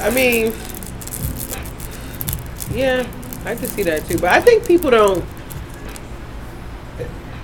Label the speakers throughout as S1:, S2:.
S1: I mean, yeah, I could see that too. But I think people don't.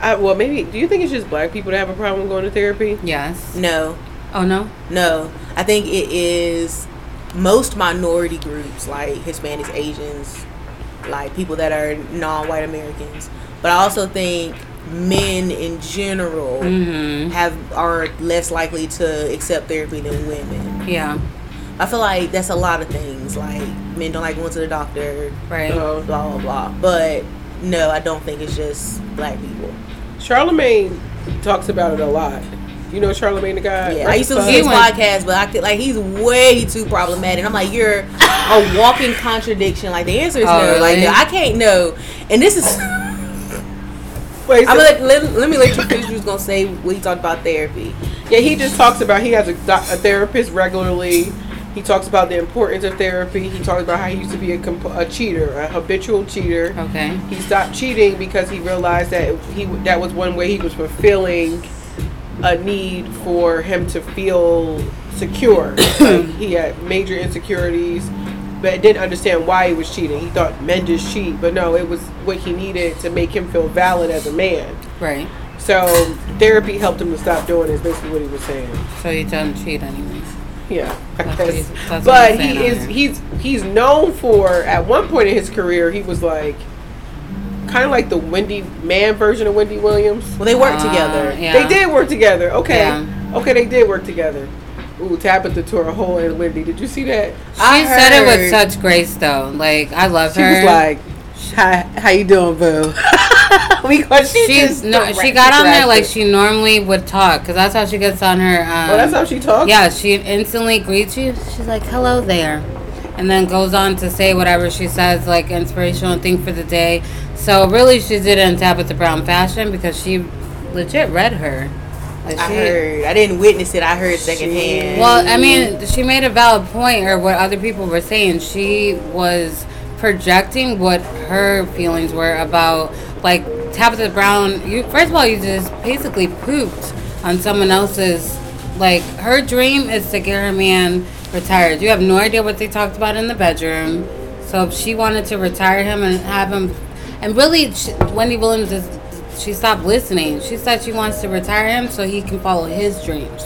S1: I, well, maybe. Do you think it's just black people that have a problem going to therapy?
S2: Yes.
S3: No,
S2: Oh no.
S3: no. I think it is most minority groups like Hispanics, Asians, like people that are non-white Americans. But I also think men in general
S2: Mhm.
S3: have are less likely to accept therapy than women.
S2: Yeah.
S3: I feel like that's a lot of things. Like men don't like going to the doctor,
S2: Right.
S3: blah blah blah. But no, I don't think it's just black people.
S1: Charlemagne talks about it a lot. You know Charlemagne the guy.
S3: Yeah, I used to listen to
S2: He
S3: his
S2: went-
S3: podcast, but I could like he's way too problematic. I'm like, you're a walking contradiction. Like the answer is
S2: Oh,
S3: no. Like
S2: really?
S3: no, I can't know. And this is
S1: Wait,
S3: I'm gonna let, let, let me let you finish. You was gonna say what you talked about therapy.
S1: Yeah, he just talks about he has a, doc- a therapist regularly. He talks about the importance of therapy. He talks about how he used to be a, comp- a cheater, a habitual cheater.
S2: Okay.
S1: He stopped cheating because he realized that he that was one way he was fulfilling a need for him to feel secure. like he had major insecurities, but didn't understand why he was cheating. He thought men just cheat, but no, it was what he needed to make him feel valid as a man.
S2: Right.
S1: So therapy helped him to stop doing it. Is basically what he was saying.
S2: So you don't cheat anyways.
S1: Yeah, I
S2: That's what
S1: guess.
S2: he's- that's what
S1: but
S2: he's
S1: he
S2: saying on
S1: is
S2: there.
S1: he's he's known for at one point in his career he was like kind of like the Wendy Man version of Wendy Williams.
S3: Well, they work
S2: Uh,
S3: together.
S2: yeah.
S1: They did work together. Okay,
S2: Yeah.
S1: okay, they did work together. Ooh, Tabitha tore a hole in Wendy. Did you see that?
S2: She
S3: I
S2: said it with
S3: heard-
S2: such grace though. Like I love
S1: She
S2: her.
S1: was like, "Hi, how you doing, boo?" because she
S2: She's
S1: just
S2: no. She
S1: directed
S2: got on there
S1: that
S2: like
S1: shit.
S2: she normally would talk, cause that's how she gets on her. Um,
S1: Oh, that's how she talks.
S2: Yeah, she instantly greets you. She's like, "Hello there," and then goes on to say whatever she says, like inspirational thing for the day. So really, she did it in Tabitha Brown fashion because she legit read her. Like,
S3: I
S2: she-
S3: heard. I didn't witness it. I heard secondhand.
S2: Well, I mean, she made a valid point, or what other people were saying. She was projecting what her feelings were about, like Tabitha Brown. You first of all, you just basically pooped on someone else's. Like her dream is to get her man retired. You have no idea what they talked about in the bedroom. So if she wanted to retire him and have him, and really, she, Wendy Williams is. She stopped listening. She said she wants to retire him so he can follow his dreams.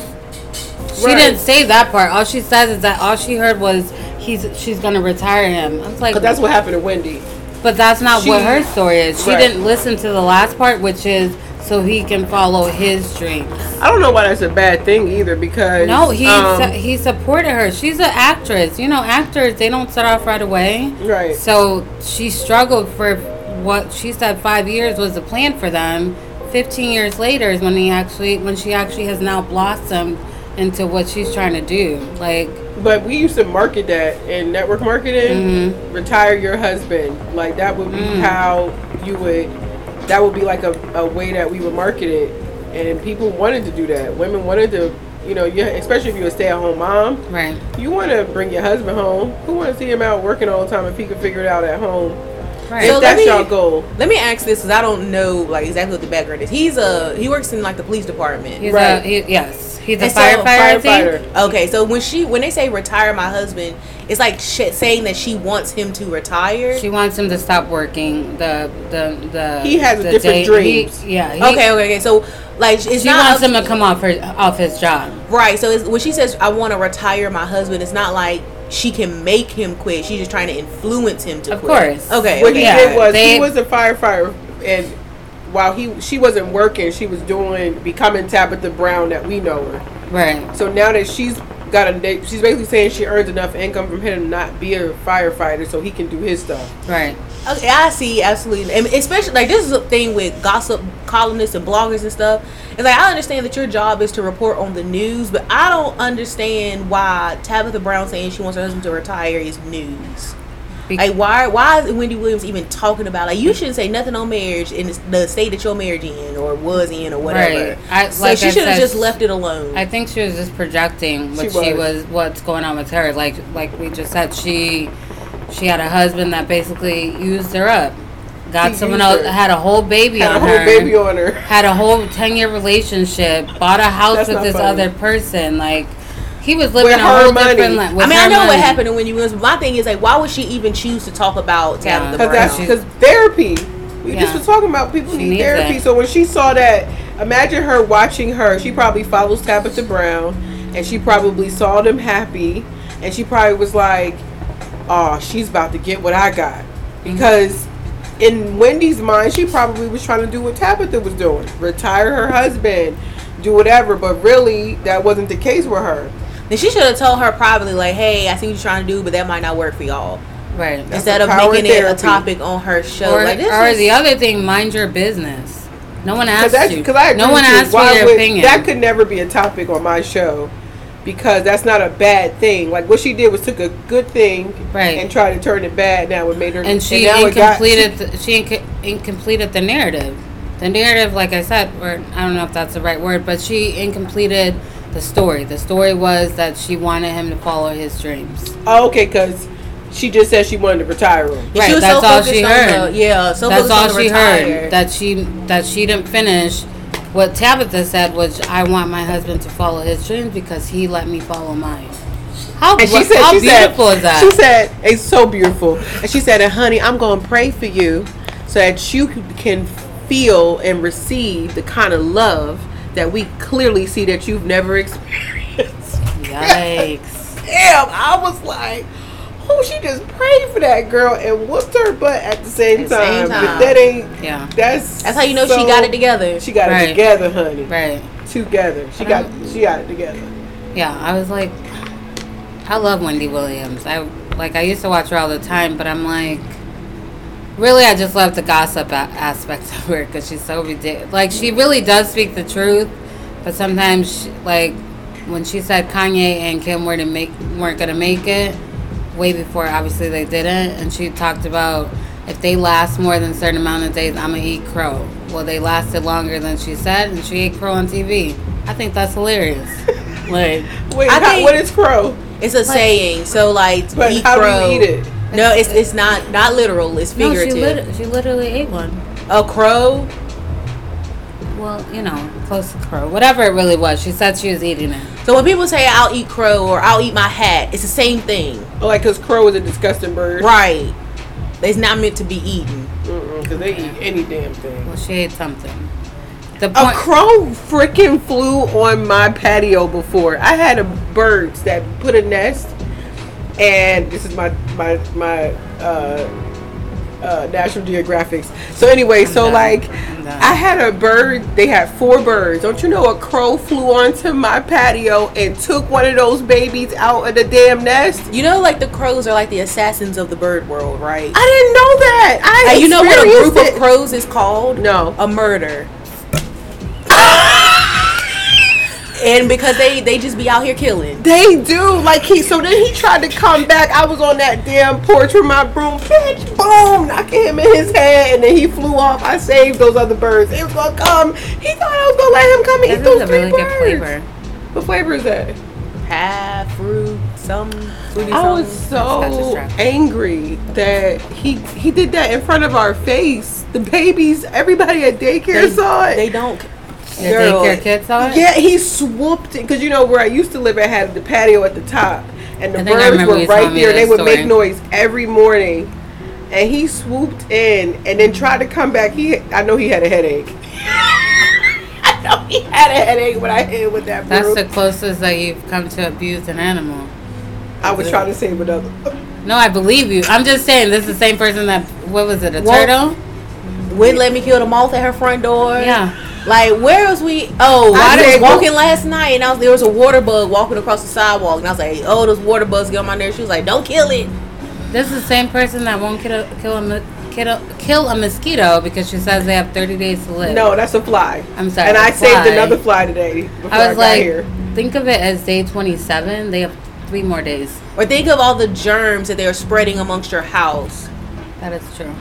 S2: She
S1: Right.
S2: didn't say that part. All she says is that all she heard was he's she's gonna retire him. I was like,
S1: 'Cause that's what happened to Wendy.
S2: but that's not what
S1: she-
S2: her story is. She
S1: Right.
S2: didn't listen to the last part, which is so he can follow his dream.
S1: I don't know why that's a bad thing either because
S2: No, he
S1: um,
S2: su- he supported her. She's an actress. You know, actors they don't start off right away.
S1: Right.
S2: So she struggled for what she said five years was the plan for them. Fifteen years later is when he actually when she actually has now blossomed into what she's trying to do. Like.
S1: But we used to market that in network marketing. Retire your husband. Like that would be how you would. That would be like a, a way that we would market it, and people wanted to do that. Women wanted to, you know, you, especially if you're a stay-at-home mom,
S2: Right.
S1: you want to bring your husband home. Who wants to see him out working all the time if he could figure it out at home?
S2: Right.
S1: If
S3: So let
S1: that's
S3: me-
S1: your goal,
S3: Let me ask this because I don't know like exactly what the background is. He's a he works in like the police department.
S2: He's
S1: Right.
S2: a he, yes. He's a
S3: And so-
S2: firefighter. I
S1: firefighter.
S2: think.
S3: Okay, so when she when they say retire my husband, it's like sh- saying that she wants him to retire.
S2: She wants him to stop working. The the the.
S1: He has
S2: the
S1: different
S2: day-
S1: dreams.
S2: He, yeah. He,
S3: okay, okay, okay. So like it's
S2: She
S3: not
S2: wants him to come off her off his job.
S3: right. So it's, when she says I want to retire my husband, it's not like she can make him quit. She's just trying to influence him to
S2: Of
S3: quit.
S2: course.
S3: Okay.
S1: what
S3: okay.
S1: he
S2: Yeah,
S1: did was
S2: they-
S1: he was a firefighter, and while he she wasn't working, she was doing becoming Tabitha Brown that we know her.
S2: Right.
S1: So now that she's got a, that- she's basically saying she earns enough income from him to not be a firefighter, so he can do his stuff.
S2: Right.
S3: Okay, I see, absolutely, and especially like this is a thing with gossip columnists and bloggers and stuff. It's like I understand that your job is to report on the news, but I don't understand why Tabitha Brown saying she wants her husband to retire is news.
S2: Be-
S3: Like why? Why is Wendy Williams even talking about? Like you shouldn't say nothing on marriage in the state that your marriage in or was in or whatever.
S2: Right. I-
S3: so
S2: like
S3: she
S2: I
S3: should have
S2: said,
S3: just left it alone.
S2: I think she was just projecting what
S1: She
S2: she
S1: was.
S2: was. what's going on with her. Like like we just said, she she had a husband that basically used her up. Got
S1: He
S2: someone
S1: used
S2: else
S1: her.
S2: had a whole baby
S1: Had a
S2: on
S1: whole
S2: her.
S1: baby on her.
S2: had a whole 10 year relationship, bought a house
S1: That's
S2: with
S1: not
S2: this
S1: funny.
S2: other person. Like, He was living
S1: With
S2: a
S1: her
S2: whole
S1: money.
S2: different life. with
S3: I mean, I
S2: her
S3: know what
S2: money.
S3: happened to Wendy Williams. But my thing is, like, why would she even choose to talk about
S2: Yeah.
S3: Tabitha
S2: Because
S1: Cause that's
S3: Brown?
S1: because therapy. We
S2: Yeah.
S1: just were talking about people
S2: She
S1: need
S2: needs
S1: therapy.
S2: it.
S1: So when she saw that, imagine her watching her. She probably follows Tabitha Brown, and she probably saw them happy, and she probably was like, "Oh, she's about to get what I got," because. In Wendy's mind, she probably was trying to do what Tabitha was doing retire her husband, do whatever, but really, that wasn't the case with her.
S3: Then she should have told her privately, like, "Hey, I see what you're trying to do, but that might not work for y'all."
S2: Right.
S1: That's
S3: Instead
S1: the
S3: of
S1: power of
S3: making it a
S1: therapy.
S3: topic on her show,
S2: Or,
S3: like this
S2: or
S3: is-
S2: the other thing, mind your business. No one
S1: Cause
S2: asked
S1: that's
S2: you.
S1: because I agree
S2: no one
S1: with you.
S2: asked
S1: Why
S2: for your
S1: would-
S2: opinion.
S1: That could never be a topic on my show because that's not a bad thing. Like what she did was took a good thing
S2: Right.
S1: and tried to turn it bad. Now it made her
S2: and she
S1: now it got-
S2: incompleted. the, she inc- incompleted the narrative. The narrative, like I said, or I don't know if that's the right word, but she incompleted the story. The story was that she wanted him to follow his dreams.
S1: oh, okay, because she just said she wanted to retire him.
S3: And
S2: Right,
S3: she was
S2: that's
S3: so
S2: all
S3: focused
S2: she
S3: on
S2: heard.
S3: The, yeah, so
S2: that's
S3: focused
S2: all
S3: on the
S2: she
S3: retire.
S2: heard. That she that she didn't finish what Tabitha said, which I want my husband to follow his dreams because he let me follow mine. How,
S1: And she
S2: what-
S1: said,
S2: how
S1: she
S2: beautiful
S1: said,
S2: is that?
S1: She said, it's so beautiful. And she said, and honey, I'm going to pray for you so that you can feel and receive the kind of love that we clearly see that you've never experienced.
S2: Yikes.
S1: damn, I was like, oh, she just prayed for that girl and whooped her butt at the same,
S3: At the
S1: time.
S3: same
S1: But
S3: time.
S1: that ain't,
S2: Yeah.
S1: that's
S3: That's how you know she
S1: so-
S3: got it together.
S1: She got
S2: Right.
S1: it together, honey.
S2: Right.
S1: Together. She got she got it together.
S2: Yeah, I was like, I love Wendy Williams. I like I used to watch her all the time, but I'm like, really, I just love the gossip a- aspect of her because she's so ridiculous. Like she really does speak the truth, but sometimes she, like when she said Kanye and Kim were to make weren't gonna make it, way before obviously they didn't, and she talked about if they last more than a certain amount of days, I'ma eat crow. Well, they lasted longer than she said, and she ate crow on TV. I think that's hilarious. Like.
S1: Wait,
S3: I
S1: how-
S3: think-
S1: what is crow?
S3: It's a saying. So like,
S1: But
S3: eat
S1: how
S3: crow.
S1: do you eat it?
S3: No, it's it's not not literal. It's
S2: No,
S3: figurative.
S2: she, lit- she literally ate one.
S3: a crow.
S2: Well, you know, close to crow. Whatever it really was. She said she was eating it.
S3: So when people say I'll eat crow or I'll eat my hat, it's the same thing,
S1: Oh, like, cause crow is a disgusting bird.
S3: right? It's not meant to be eaten.
S1: Mm-mm, Cause they eat any damn thing.
S2: Well, she ate something. The
S1: A
S2: point.
S1: crow freaking flew on my patio before. I had a birds that put a nest, and this is my my my uh, uh, National Geographics. So anyway, so
S2: done.
S1: like
S2: I'm done.
S1: I had a bird. They had four birds. Don't you know a crow flew onto my patio and took one of those babies out of the damn nest?
S3: You know, like the crows are like the assassins of the bird world, right?
S1: I didn't know that. I
S3: And you know what a group
S1: experienced
S3: of
S1: it.
S3: crows is called?
S1: No.
S3: a murder. and because they they just be out here killing.
S1: They do like he. So then he tried to come back. I was on that damn porch with my broom, bitch, boom, knocking him in his head, and then he flew off. I saved those other birds. It was gonna come. He thought I was gonna let him come and
S2: This
S1: eat
S2: is
S1: those
S2: a
S1: three
S2: really
S1: birds.
S2: good flavor.
S1: What flavor is that?
S3: Have fruit, some fruity.
S1: I
S2: um,
S1: was
S3: something.
S2: That's
S1: so
S2: distracting.
S1: angry that he he did that in front of our face. The babies, everybody at daycare saw it.
S3: They don't.
S2: Your
S1: Girl.
S2: daycare kids saw it?
S1: Yeah, he swooped it because you know where I used to live, I had the patio at the top, and the
S2: I think I
S1: birds
S2: remember
S1: were
S2: you
S1: right
S2: telling me
S1: there. They
S2: this
S1: would make
S2: story.
S1: noise every morning, and he swooped in and then tried to come back. He, I know he had a headache. I know he had a headache when I hit him with that
S2: That's
S1: broom.
S2: the closest that you've come to abuse an animal.
S1: I was trying to save another.
S2: No, I believe you. I'm just saying, this is the same person that, what was it, a
S3: Well-
S2: turtle?
S3: Wouldn't let me kill the moth at her front door.
S2: Yeah.
S3: Like where was we? Oh,
S1: I
S3: I, was
S1: said-
S3: walking last night, and I was there was a water bug walking across the sidewalk, and I was like, "Oh, those water bugs get on my nerves." She was like, "Don't kill it."
S2: This is the same person that won't kill a, kill a, mo- kill a, kill a mosquito because she says they have 30 days to live.
S1: No, that's a fly.
S2: I'm sorry,
S1: And I
S2: a
S1: saved
S2: fly.
S1: another fly today before I,
S2: I was
S1: got
S2: like,
S1: here.
S2: think of it as day 27. They have three more days.
S3: Or think of all the germs that they are spreading amongst your house.
S2: That is true.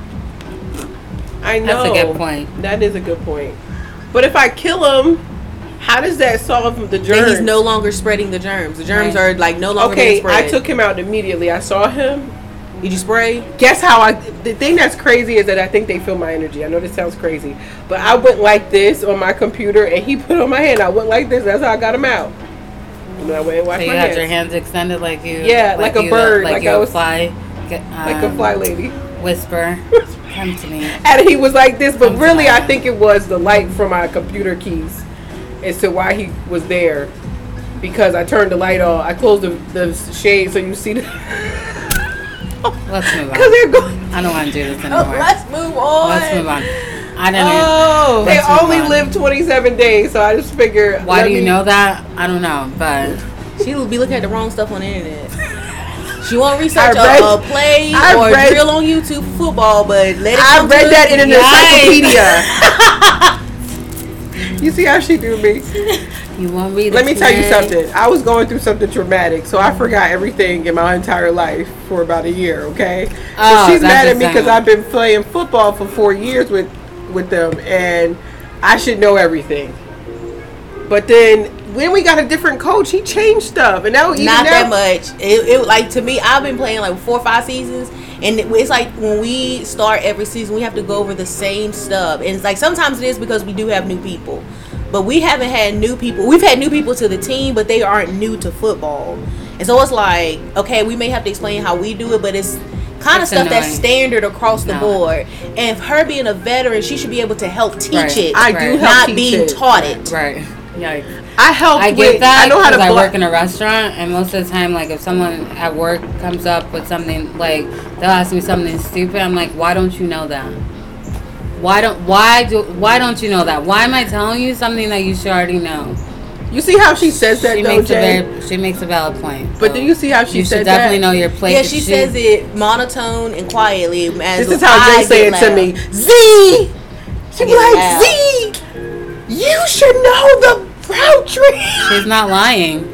S1: I know.
S2: That's a good point.
S1: That is a good point. But if I kill him, how does that solve the germs?
S3: Then he's no longer spreading the germs. The germs
S2: Right.
S3: are like no longer being
S1: Okay,
S3: spread.
S1: I took him out immediately. I saw him.
S3: Did you spray?
S1: Guess how I. The thing that's crazy is that I think they feel my energy. I know this sounds crazy, but I went like this on my computer, and he put on my hand. I went like this. That's how I got him out. And then I went and
S2: So
S1: washed
S2: you
S1: my
S2: have
S1: hands.
S2: your hands extended like you.
S1: Yeah, like a
S2: you-
S1: bird,
S2: Like,
S1: like
S2: you
S1: I
S2: a
S1: was-
S2: fly. g-
S1: Like a
S2: um,
S1: fly lady.
S2: Whisper. Come to me.
S1: And he was like this, but really, I think it was the light from my computer keys as to why he was there. Because I turned the light on, I closed the, the shade so you see the.
S2: Let's move
S1: Because
S2: on.
S1: they're going.
S2: I don't want to do this
S3: Oh,
S2: anymore.
S3: let's move on.
S2: Let's move on. I don't know.
S3: Oh,
S1: They
S2: Let's move
S1: only
S2: on.
S1: live 27 days, so I just figured.
S2: Why
S1: let
S2: do you
S1: me-
S2: know that? I don't know, but
S3: she will be looking at the wrong stuff on the internet. She won't research
S1: I read-
S3: a, a play
S1: I
S3: or
S1: read-
S3: a drill on YouTube for football, but let it.
S1: I
S3: come to
S1: read
S3: us.
S1: that in an
S2: Yikes.
S1: encyclopedia. you see how she do me?
S2: you won't read.
S1: Let
S2: it
S1: me tell you
S2: today.
S1: something. I was going through something traumatic, so I forgot everything in my entire life for about a year. Okay,
S2: Oh,
S1: so she's
S2: that's
S1: mad at me
S2: insane.
S1: because I've been playing football for four years with with them, and I should know everything. But then when we got a different coach, he changed stuff, and now even
S3: Not
S1: now,
S3: that much. It, it like to me, I've been playing like four or five seasons, and it- it's like when we start every season, we have to go over the same stuff. And it's like sometimes it is because we do have new people, but we haven't had new people. We've had new people to the team, but they aren't new to football. And so it's like, okay, we may have to explain how we do it, but it's kind of
S2: It's
S3: stuff that's
S2: annoying.
S3: standard across the
S2: No.
S3: board. And her being a veteran, she should be able to help teach
S2: Right.
S3: it,
S1: I do
S2: Right.
S1: help
S3: not
S1: teach
S3: being
S1: it.
S3: taught it.
S2: Right. Yikes.
S1: I help.
S2: I
S1: with,
S2: get that
S1: Oh, I know how to.
S2: because I
S1: block-
S2: work in a restaurant, and most of the time, like if someone at work comes up with something, like they'll ask me something stupid, I'm like, why don't you know that? Why don't why do why don't you know that? Why am I telling you something that you should already know?
S1: you see how she says that
S2: She
S1: though,
S2: makes a
S1: Jay.
S2: very she makes a valid point.
S1: But do you see how she
S2: you
S1: said
S2: should definitely
S1: that?
S2: know your place.
S3: yeah, she says it monotone and quietly. As
S1: This is how Jay
S3: I
S1: say it
S3: get
S1: to
S3: loud.
S1: me. Z. She be
S3: get
S1: like
S3: loud.
S1: Z. You should know the route tree.
S2: She's not lying.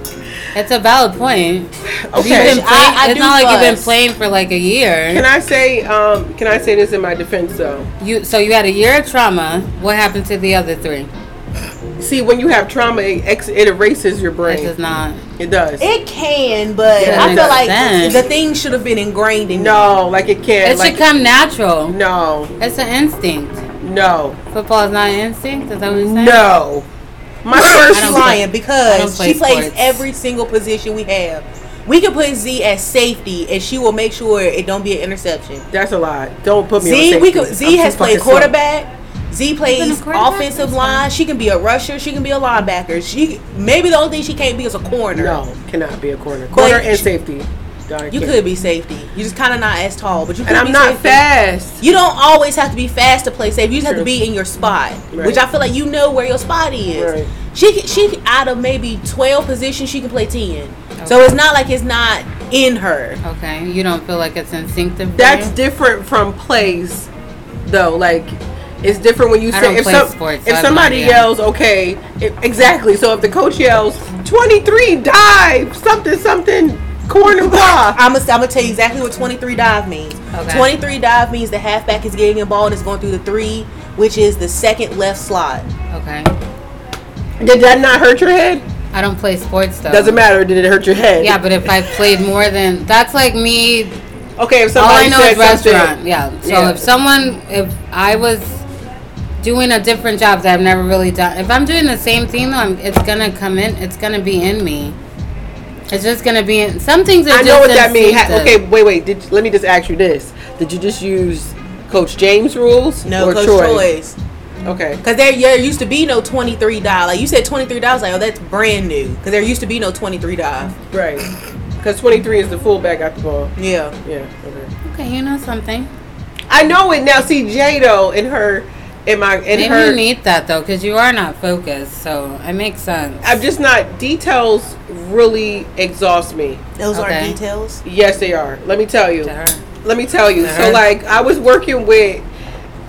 S2: It's a valid point.
S1: Okay.
S2: You've been
S3: I- I
S2: playing- it's
S3: do
S2: not like you've been
S3: fuss.
S2: playing for like a year.
S1: Can I say? Um, can I say this in my defense though?
S2: you so you had a year of trauma. What happened to the other three?
S1: See, when you have trauma, it, ex- it erases your
S2: This
S1: brain.
S2: is not.
S1: It does.
S3: It can, but
S1: Yeah,
S3: I
S1: it
S3: feel
S1: makes
S3: like
S2: sense.
S3: the thing should have been ingrained in you.
S1: no, like it can't.
S2: It
S1: like,
S2: should come natural.
S1: No,
S2: It's an instinct.
S1: no,
S2: Football is not an instinct. Is that what you're saying?
S1: no. My
S3: She's
S1: first
S2: don't
S1: line.
S3: lying
S2: I don't
S3: because
S2: play
S3: she plays
S2: sports.
S3: every single position we have. We can put Z as safety, and she will make sure it don't be an interception.
S1: That's a lie. Don't put me.
S3: Z,
S1: on
S3: we
S1: safety.
S3: could,
S1: I'm
S3: Z
S1: too
S3: has played
S1: fucking slow.
S3: quarterback. Z plays
S2: quarterback?
S3: offensive line. She can be a rusher. She can be a linebacker. She maybe the only thing she can't be is a corner.
S1: No, cannot be a corner. Corner and
S3: sh-
S1: safety. God, I
S3: You
S1: can't.
S3: could be safety. You're just kind of not as tall, but you could
S1: And I'm
S3: be
S1: not
S3: safety.
S1: fast.
S3: You don't always have to be fast to play safe. You just have
S1: True.
S3: to be in your spot,
S1: Right.
S3: which I feel like you know where your spot is.
S1: Right.
S3: She can, she can- out of maybe twelve positions, she can play ten. So it's not like it's not in her.
S2: Okay. You don't feel like it's instinctive. for
S1: That's
S2: you?
S1: different from plays, though. Like, it's different when you say
S2: I don't
S1: if,
S2: play
S1: some,
S2: sports, so I
S1: if
S2: have no
S1: somebody
S2: idea.
S1: yells, okay, it- exactly. So if the coach yells, 23, dive, something, something, corner block.
S3: I'm gonna I'm gonna tell you exactly what 23 dive means.
S2: Okay.
S3: 23 dive means the halfback is getting the ball and it's going through the three, which is the second left slot.
S2: Okay.
S1: Did that not hurt your head?
S2: I don't play sports though.
S1: Doesn't matter. Did it hurt your head?
S2: Oh. Yeah, but if I played more than that's like me
S1: Okay, if
S2: all
S1: somebody
S2: I know
S1: said
S2: is restaurant.
S1: something.
S2: Yeah. So
S1: Yeah.
S2: if someone, if I was doing a different job that I've never really done, if I'm doing the same thing though, I'm, it's gonna come in. It's gonna be in me. It's just gonna be in. Some things are.
S1: I
S2: just
S1: know what that means. Ha-
S2: instinctive.
S1: Okay, wait, wait. Did, let me just ask you this. Did you just use Coach James rules?
S3: No,
S1: or
S3: Coach
S1: Troy?
S3: Troy's.
S1: Okay.
S3: Cause there, there used to be no 23 dive. Like you said, 23 dive. I was like, oh, that's brand new. Cause there used to be no 23 dive.
S1: Right. Because 23 is the fullback at the ball.
S3: Yeah.
S1: Yeah, okay.
S2: Okay, you know something.
S1: I know it now. See Jay though, in her, in my, in
S2: Maybe
S1: her.
S2: you need that though, because you are not focused. So it makes sense.
S1: I'm just not. Details really exhaust me.
S3: Those are
S2: Okay.
S3: details.
S1: Yes, they are. Let me tell you.
S2: To her.
S1: Let me tell you. So
S2: Sure.
S1: like, I was working with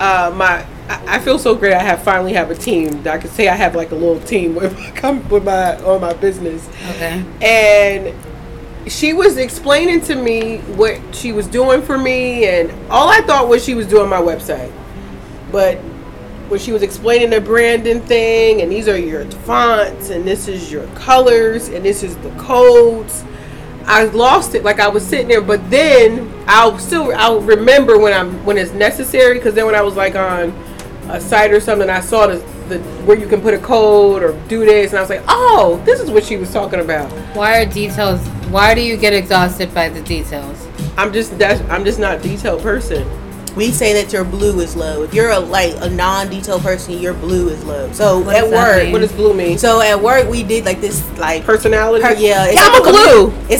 S1: uh, my. I I feel so great. I have finally have a team. I can say I have like a little team with my com- with my on my business.
S2: Okay.
S1: and she was explaining to me what she was doing for me and all i thought was she was doing my website but when she was explaining the branding thing and these are your fonts and this is your colors and this is the codes i lost it like i was sitting there but then i'll still i'll remember when i'm when it's necessary because then when i was like on a site or something i saw the the where you can put a code or do this, and I was like, oh, this is what she was talking about.
S2: Why are details? Why do you get exhausted by the details?
S1: I'm just that's I'm just not a detailed person.
S3: We say that your blue is low. If you're a like a non-detailed person, your blue is low. So
S2: What
S3: at
S2: does that
S3: work,
S2: mean?
S1: What does blue mean?
S3: so at work we did like this like
S1: Personality.
S3: yeah,
S1: yeah, I'm a
S3: commu-
S1: glue.
S3: It's a